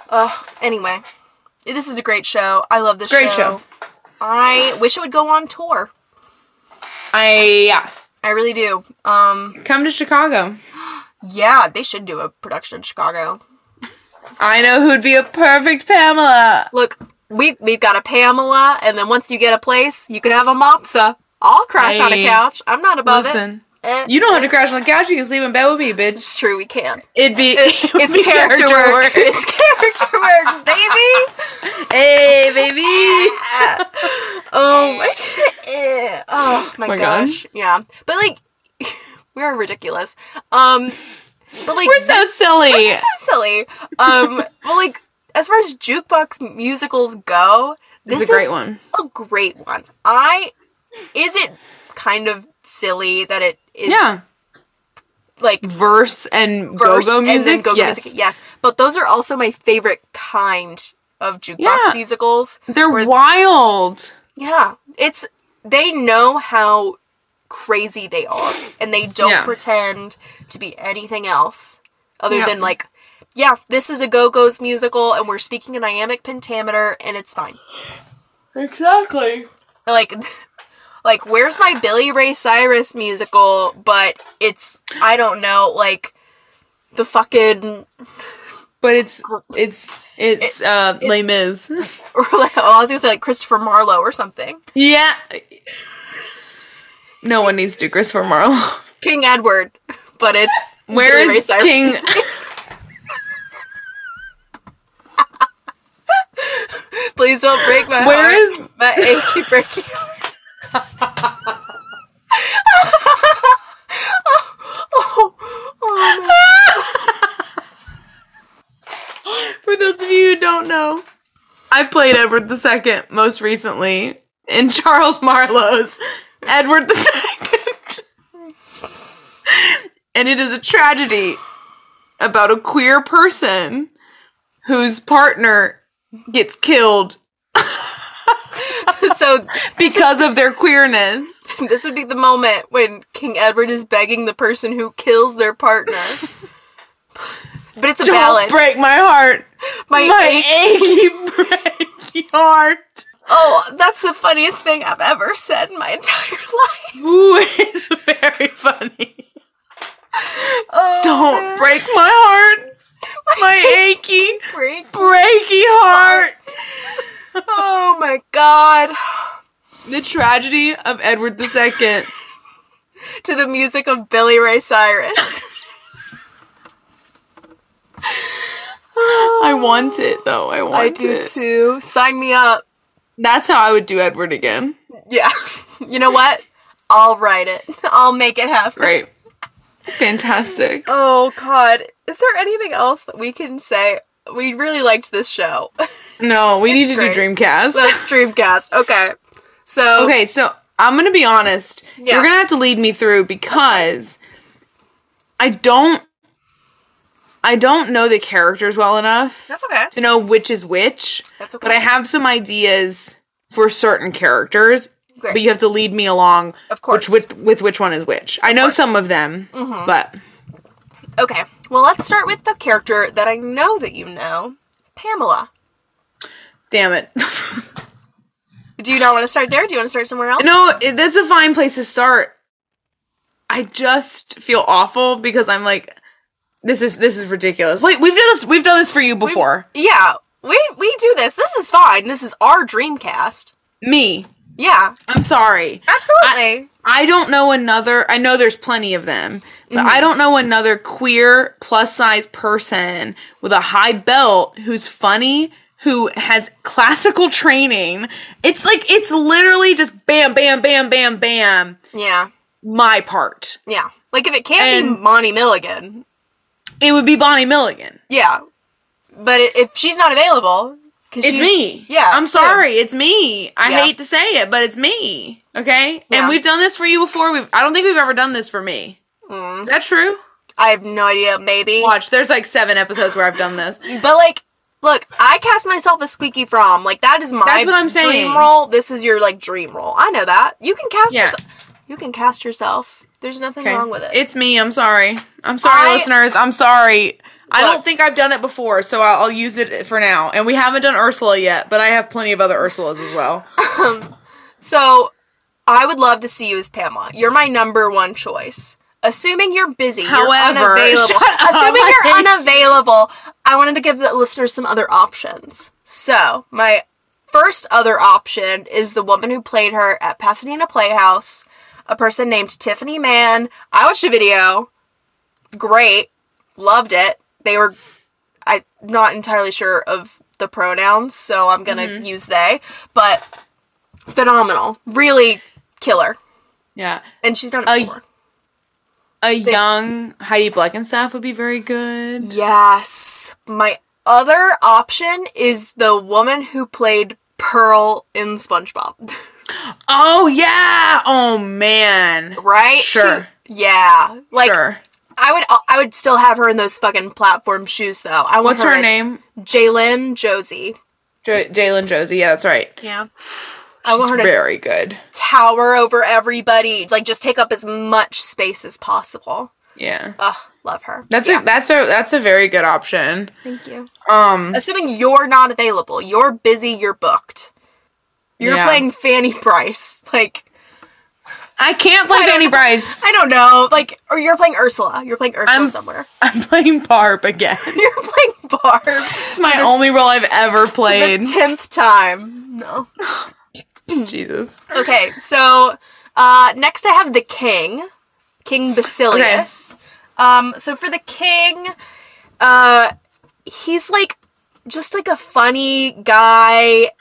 Ugh. Anyway, this is a great show. I love this Great show. show. I wish it would go on tour. I, yeah. I really do. Um. Come to Chicago. Yeah, they should do a production in Chicago. I know who'd be a perfect Pamela. Look, we we've got a Pamela, and then once you get a place, you can have a Mopsa. I'll crash on a Hey. couch. I'm not above Listen, it. Eh, you don't have to crash on the couch. You can sleep in bed with me, bitch. It's true. We can. It'd be It- it's be character work. It's character work, baby. Hey, baby. Oh my. eh, Oh my, my gosh. Yeah, but like, we are ridiculous. Um, but like, We're so Which silly. is so silly. Um, well, like as far as jukebox musicals go, this This is a great one. A great one. I is it kind of silly that it is Yeah. like Verse and verse go-go and then music. go-go yes. music. Yes, but those are also my favorite kind of jukebox Yeah. musicals. They're Or- wild. Yeah, it's they know how crazy they are, and they don't Yeah. pretend to be anything else other Yeah. than like, yeah, this is a Go Go's musical, and we're speaking an iambic pentameter, and it's fine. Exactly. Like, like where's my Billy Ray Cyrus musical? But it's I don't know, like the fucking But it's it's it's uh Les Mis. or like, oh, I was gonna say like Christopher Marlowe or something, yeah. No one needs to do Christopher Marlowe. King Edward, but it's Where Billy Ray is Cyrus King? music. Please don't break my Where heart. is- my achy breaky? oh, oh For those of you who don't know, I played Edward II most recently in Charles Marlowe's Edward II. and it is a tragedy about a queer person whose partner gets killed no. so because of their queerness. this would be the moment when King Edward is begging the person who kills their partner. But it's a Don't ballad. break my heart. my my ache- achy, breaky heart. oh, that's the funniest thing I've ever said in my entire life. Ooh, it's very funny. Oh, Don't man. break my heart. My achy, break. breaky heart. Oh my god. The tragedy of Edward II. To the music of Billy Ray Cyrus. I want it though. I want I do it. too. Sign me up. That's how I would do Edward again. Yeah. You know what? I'll write it. I'll make it happen. Right. Fantastic. Oh god. Is there anything else that we can say? We really liked this show. No, we It's need to great. do Dreamcast. Let's Dreamcast. Okay. So okay, so I'm gonna be honest. Yeah. You're gonna have to lead me through because I don't I don't know the characters well enough that's okay. to know which is which. That's okay. But I have some ideas for certain characters. Great. But you have to lead me along Of course. Mm-hmm. Which, with, with which one is which. I know some of them, but Okay. Well, let's start with the character that I know that you know, Pamela. damn it. Do you not want to start there? Do you want to start somewhere else? no, it, that's a fine place to start. I just feel awful because I'm like, this is this is ridiculous. Wait, we've done this we've done this for you before. Yeah. We we do this. This is fine. This is our Dreamcast. me. Yeah. I'm sorry. Absolutely. I don't know another. I know there's plenty of them, but I don't know another queer plus size person with a high belt who's funny, who has classical training. It's like it's literally just bam, bam, bam, bam, bam. yeah. My part. Yeah. Like if it can't be And- Monty Milligan. It would be Bonnie Milligan. Yeah. But i- if she's not available, 'cause It's she's- me. Yeah. I'm sorry. It's me. I Yeah. hate to say it, but it's me. Okay. Yeah. And we've done this for you before. We've. I don't think we've ever done this for me. Mm. Is that true? I have no idea. Maybe. Watch. There's like seven episodes where I've done this. But like, look, I cast myself as Squeaky Fromm. Like that is my That's what I'm saying. dream role. This is your like dream role. I know that. You can cast Yeah. yourself. You can cast yourself. There's nothing Okay. wrong with it. It's me. I'm sorry. I'm sorry, I- listeners. I'm sorry. I Look. don't think I've done it before, so I'll, I'll use it for now. And we haven't done Ursula yet, but I have plenty of other Ursulas as well. so I would love to see you as Pamela. You're my number one choice. Assuming you're busy, However- you're unavailable. Shut up, Assuming I you're hate you. unavailable, I wanted to give the listeners some other options. So, my first other option is the woman who played her at Pasadena Playhouse, a person named Tiffany Mann. I watched a video. Great. Loved it. They were I not entirely sure of the pronouns, so I'm going to Mm-hmm. use they, but phenomenal. Really killer. Yeah. And she's done it Uh, before. A young Heidi Bleckenstaff would be very good. Yes. My other option is the woman who played Pearl in SpongeBob. Oh yeah. Oh man. Right? Sure. She- yeah. Like Sure. I would I would still have her in those fucking platform shoes though. I want What's her in- name? Jalen Josie. Jo- Jalen Josie. Yeah, that's right. Yeah. I She's want her to very good. tower over everybody. Like just take up as much space as possible. Yeah. Ugh, love her. That's yeah, a that's a that's a very good option. thank you. Um Assuming you're not available, you're busy, you're booked. You're Yeah. playing Fanny Price. Like I can't play I don't- Fanny Bryce. I don't know, like, or you're playing Ursula. You're playing Ursula I'm- somewhere. I'm playing Barb again. You're playing Barb. It's my only role I've ever played. The tenth time. No. Jesus. Okay, so uh, next I have the king, King Basilius. Um, so for the king, uh, he's like just like a funny guy.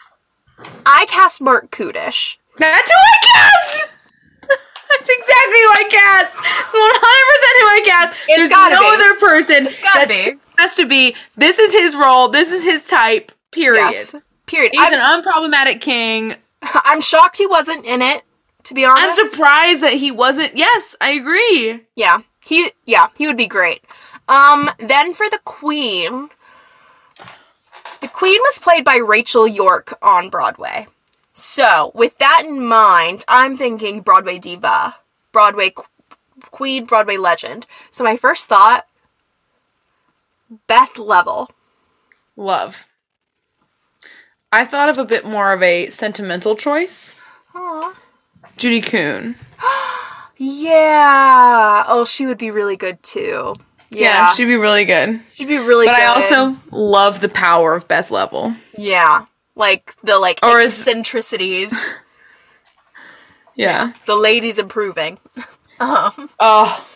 I cast Mark Kudish. That's who I cast. That's exactly who I cast. One hundred percent who I cast. There's gotta no be. other person. It's gotta be. Has to be. This is his role. This is his type. Period. Yes. Period. He's I'm, an unproblematic king. I'm shocked he wasn't in it. To be I'm honest, surprised that he wasn't. Yes, I agree. yeah, he yeah he would be great. Um, then for the queen, the queen was played by Rachel York on Broadway. So, with that in mind, I'm thinking Broadway diva, Broadway qu- queen, Broadway legend. So, my first thought Beth Level. Love. I thought of a bit more of a sentimental choice. Judy Kuhn. Yeah. Oh, she would be really good too. Yeah. Yeah, she, she'd be really good. would be really But good. I also love the power of Beth Level. Yeah. Like the like Or is- eccentricities. Yeah. the lady's improving. Um, Oh.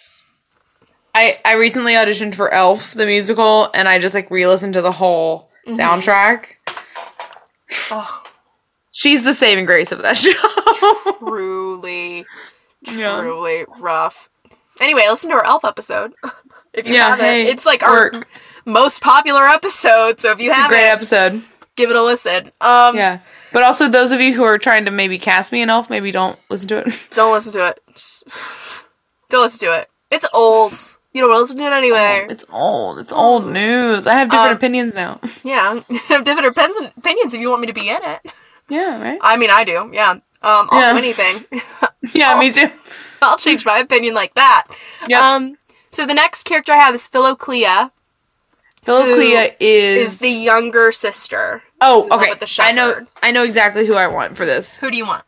I I recently auditioned for Elf the musical and I just like re-listened to the whole soundtrack. Oh, She's the saving grace of that show. truly, Yeah. truly rough. Anyway, listen to our Elf episode. If you Yeah, haven't, hey, it's like our work. most popular episode. So if you It's a haven't, great episode. give it a listen. Um, Yeah. But also those of you who are trying to maybe cast me an elf, maybe don't listen to it. don't listen to it. Don't listen to it. It's old. You don't listen to it anyway. It's old. It's old news. I have different Oh. Um, opinions now. yeah, I have different opins- opinions if you want me to be in it. yeah, right? I mean, I do. Yeah. Um, I'll do Yeah. anything. yeah, me too. I'll change my opinion like that. Yep. Um, so the next character I have is Philoclea. Philoclea is, is the younger sister. Oh, one okay. with the I know shepherd. I know exactly who I want for this. Who do you want?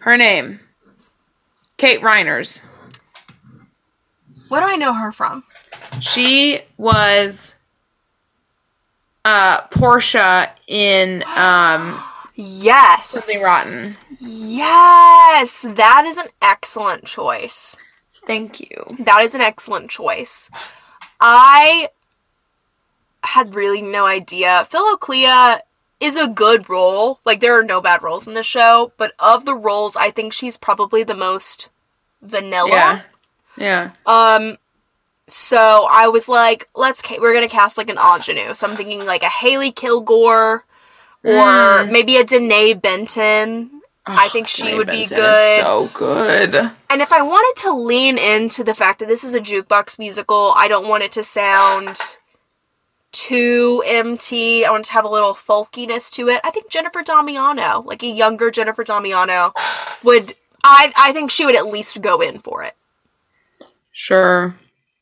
Her name. Kate Reiners. What do I know her from? She was uh Portia in um Yes. Something Rotten. Yes. That is an excellent choice. Thank you. That is an excellent choice. I had really no idea. Philoclea is a good role. Like there are no bad roles in the show, but of the roles, I think she's probably the most vanilla. Yeah. Yeah. Um, so I was like, let's ca- we're gonna cast like an ingenue. So I'm thinking like a Haley Kilgore, or Mm. maybe a Danae Benton. I think she Jane would Benson be is good. So good. and if I wanted to lean into the fact that this is a jukebox musical, I don't want it to sound too MT. I want it to have a little folkiness to it. I think Jennifer Damiano, like a younger Jennifer Damiano, would. I I think she would at least go in for it. Sure.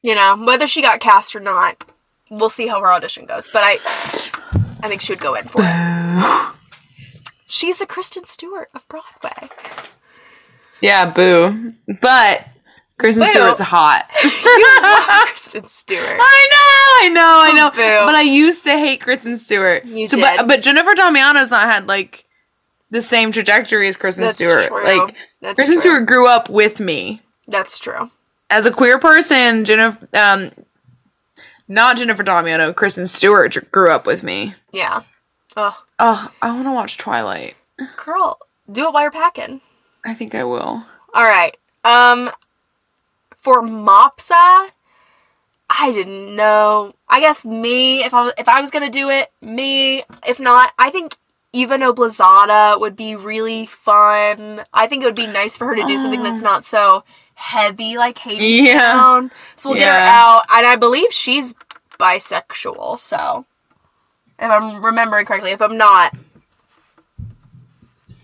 you know whether she got cast or not we'll see how her audition goes but i i think she would go in for it she's the kristen stewart of broadway Yeah, boo. But Kristen Wait, Stewart's oh. hot. You love Kristen Stewart. I know, I know, I know. Boo. But I used to hate Kristen Stewart. You so, did. But, but Jennifer Damiano's not had like the same trajectory as Kristen That's Stewart. true. Like That's Kristen true. Stewart grew up with me That's true. as a queer person. Jennifer, um, not Jennifer Damiano. Kristen Stewart dr- grew up with me. Yeah. Oh, Oh, I want to watch Twilight. girl, do it while you're packing. I think I will. All right. Um, for Mopsa, I didn't know. I guess me, if I was, if I was gonna do it, me. If not, I think even Oblazada would be really fun. I think it would be nice for her to do something that's not so heavy like Hades Ah. Yeah. Town. So we'll get her Yeah. out, and I believe she's bisexual. So, if I'm remembering correctly, if I'm not,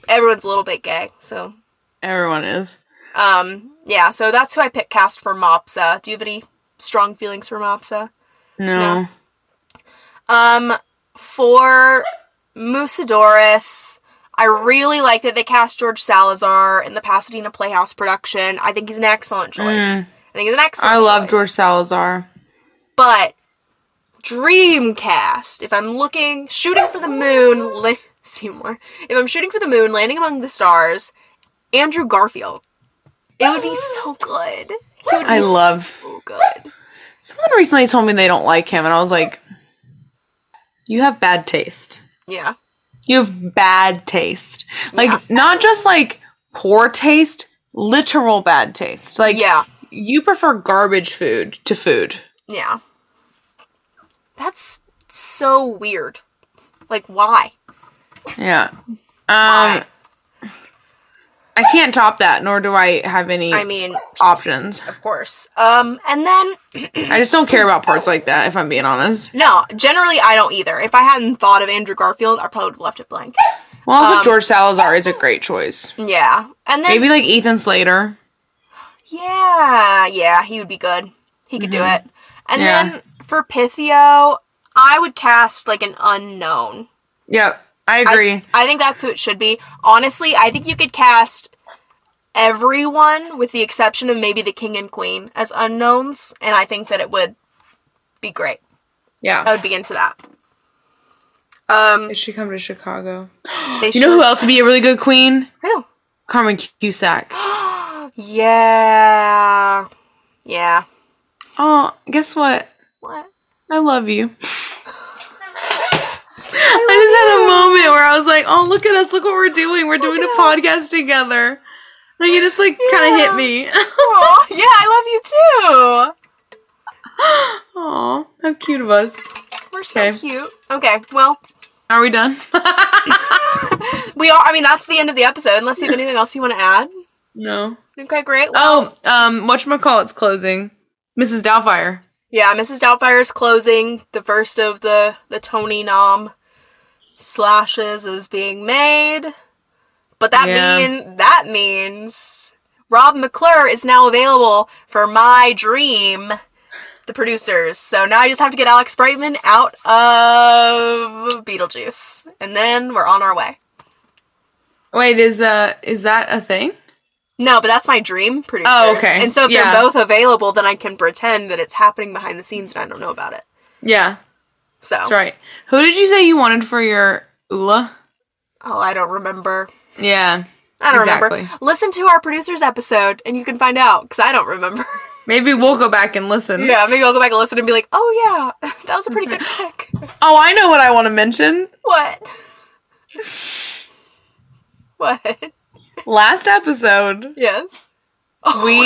everyone's a little bit gay. So Everyone is. um, yeah, so that's who I pick cast for Mopsa. Do you have any strong feelings for Mopsa? No. No. Um, for Musidorus, I really like that they cast George Salazar in the Pasadena Playhouse production. I think he's an excellent choice. Mm. I think he's an excellent I love choice. George Salazar. But dream cast. If I'm looking, shooting for the moon, la- Seymour. If I'm shooting for the moon, landing among the stars, Andrew Garfield. It would be so good. He would be I love- so good. Someone recently told me they don't like him, and I was like, "You have bad taste." Yeah, You have bad taste. Like Yeah. not just like poor taste, literal bad taste. Like yeah, you prefer garbage food to food. yeah. That's so weird. Like why? Yeah. Um Why? I can't top that, nor do I have any I mean, options. of course. Um, and then I just don't care about parts like that if I'm being honest. no. Generally, I don't either. If I hadn't thought of Andrew Garfield, I probably would have left it blank. Well, also George Salazar is a great choice. Yeah, and then Maybe like Ethan Slater. Yeah, yeah, he would be good. He could do it. And Mm-hmm. Yeah. then for Pythio, I would cast like an unknown. Yep, I agree. I think that's who it should be. Honestly, I think you could cast everyone with the exception of maybe the king and queen as unknowns, and I think that it would be great. yeah. I would be into that. Um, it should come to Chicago. they You know who else would be a really good queen? who? Carmen Cusack. Yeah, yeah. Oh, guess what? What? I love you. I, just had a moment where I was like, "Oh, look at us! Look what we're doing! We're doing a at podcast together." Like it just like kind of hit me. Aw, yeah, I love you too. Aw, how cute of us! We're so Okay. cute. Okay, well, Are we done? we are. I mean, that's the end of the episode. Unless you have anything else you want to add. no. Okay, great. Well, Oh, um, whatchamacallit's closing. Mrs. Doubtfire. yeah, Mrs. Doubtfire is closing. The first of the the Tony nom slashes is being made, but that Yeah. mean that means Rob McClure is now available for My Dream. The producers. So now I just have to get Alex Brightman out of Beetlejuice, and then we're on our way. Wait, is uh, is that a thing? No, but that's my dream producers. Oh, okay. And so if Yeah. they're both available, then I can pretend that it's happening behind the scenes and I don't know about it. Yeah, So that's right. Who did you say you wanted for your Ula? Oh, I don't remember. Yeah, I don't remember. Exactly. Listen to our producers episode and you can find out because I don't remember. maybe we'll go back and listen. yeah, maybe I'll go back and listen and be like, oh yeah, that was a pretty good pick. Oh, I know what I want to mention. What? what? Last episode, Yes. we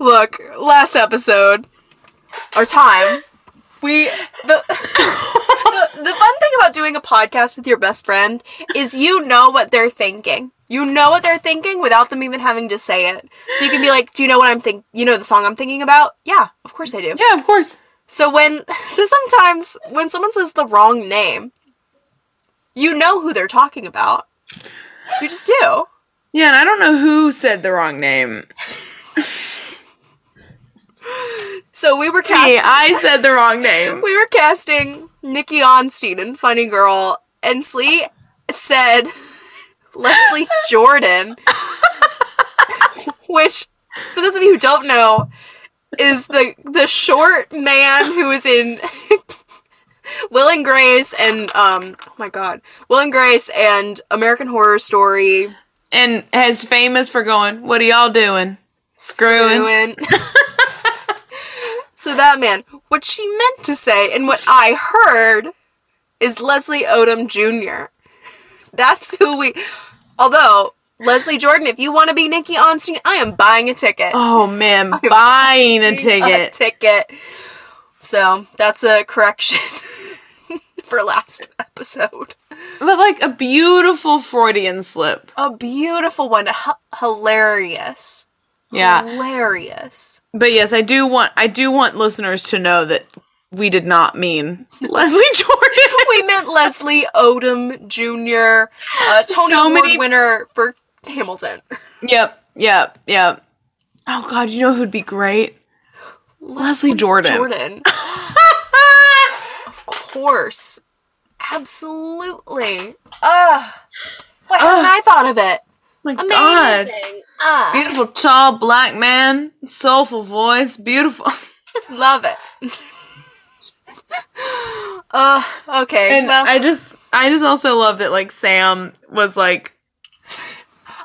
Look, last episode, our time, we the, the the fun thing about doing a podcast with your best friend is you know what they're thinking. You know what they're thinking without them even having to say it. So you can be like, "Do you know what I'm think? You know the song I'm thinking about? Yeah, of course I do." Yeah, of course. So when so sometimes when someone says the wrong name, you know who they're talking about. You just do. Yeah, and I don't know who said the wrong name. So we were casting. Hey, I said the wrong name. we were casting Nikki Onstein in Funny Girl, and Slee said Leslie Jordan. which, for those of you who don't know, is the the short man who is in Will and Grace and um oh my god Will and Grace and American Horror Story. and is famous for going, "What are y'all doing? Screwing." Ruin. so that man, what she meant to say and what I heard is Leslie Odom Jr. That's who we. Although Leslie Jordan, if you want to be Nikki Onstein, I am buying a ticket. Oh man, buying a ticket. ticket. So that's a correction for last episode. but like a beautiful Freudian slip. A beautiful one. H- hilarious. Yeah. Hilarious. But yes, I do want I do want listeners to know that we did not mean Leslie Jordan. We meant Leslie Odom Jr., uh, Tony So Award many- winner for Hamilton. yep, yep, yep. Oh god, you know who'd be great? Leslie Jordan. Jordan. of course. Absolutely. Ugh. Why haven't I thought of it? My god. Amazing. Ah. Beautiful tall black man, soulful voice, beautiful. Love it. uh, okay. And well, I just I just also love that like Sam was like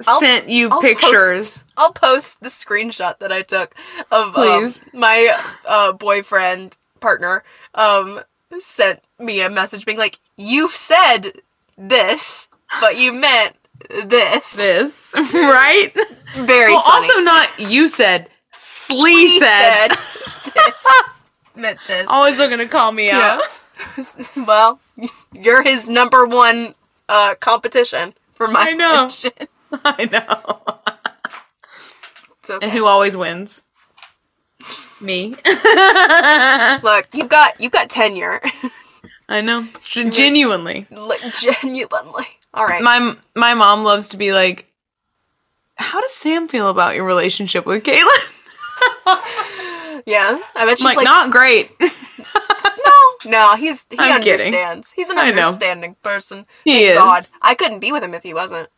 I'll- sent you I'll pictures. Post, I'll post the screenshot that I took of um, Please. my uh, boyfriend partner um, sent me a message being like, "You've said this, but you meant this." This, right? Very Well, funny. also not you said, Slee he said. Oh, said this meant this. Always looking to call me out. well, you're his number one uh, competition for my I know. attention. I know. It's okay. And who always wins? Me. Look, you've got you've got tenure, I know. Gen- Genuinely. Like, genuinely. All right, My my mom loves to be like, how does Sam feel about your relationship with Caitlin? yeah. I bet she's like, like, not great. no, no. He's he I'm kidding. understands. He's an I know. understanding person. He Thank is. God, I couldn't be with him if he wasn't.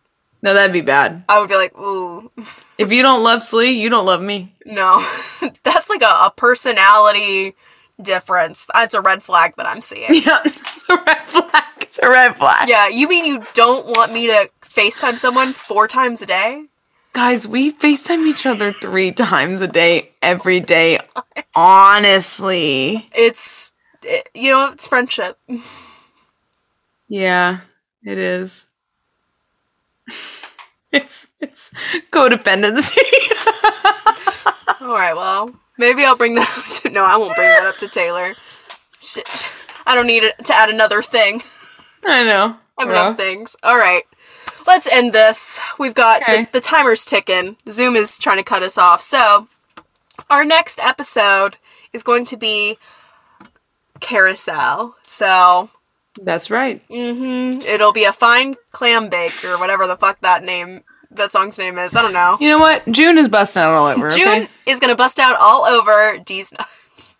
no, that'd be bad. I would be like, ooh, If you don't love Slee, you don't love me. no. That's like a, a personality difference. That's a red flag that I'm seeing. Yeah, it's a red flag. It's a red flag. yeah, you mean you don't want me to FaceTime someone four times a day? Guys, we FaceTime each other three times a day, every day. Honestly. It's it, you know, it's friendship. Yeah, it is. It's it's codependency. All right, well, maybe I'll bring that up to. No, I won't bring that up to Taylor. Shit. I don't need it to add another thing. I know. I have Well, enough things. All right, let's end this. We've got Okay. the, the timer's ticking. Zoom is trying to cut us off. So, our next episode is going to be carousel. So, That's right. Mm-hmm. hmm it'll be a fine clam bake or whatever the fuck that name that song's name is. I don't know. You know what? June is busting out all over. June okay? is gonna bust out all over D's nuts.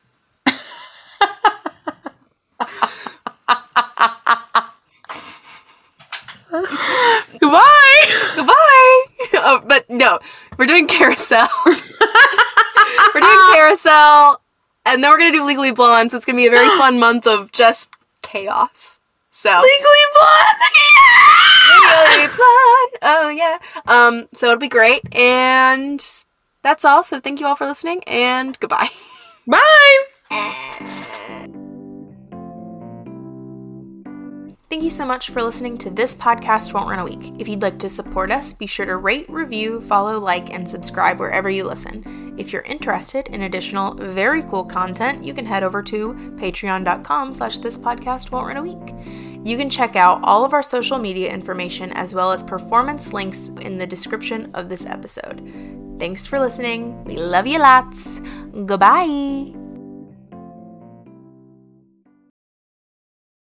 Goodbye. Goodbye. Oh, but no, we're doing carousel. we're doing carousel, and then we're gonna do Legally Blonde. So it's gonna be a very fun month of just chaos. So Legally blonde. Legally Blonde. Oh yeah. Um. So it'll be great, and that's all. So thank you all for listening, and goodbye. Bye. Thank you so much for listening to This Podcast Won't Run a Week. If you'd like to support us, be sure to rate, review, follow, like, and subscribe wherever you listen. If you're interested in additional very cool content, you can head over to patreon.com slash this podcast won't run a week. You can check out all of our social media information as well as performance links in the description of this episode. Thanks for listening. We love you lots. Goodbye.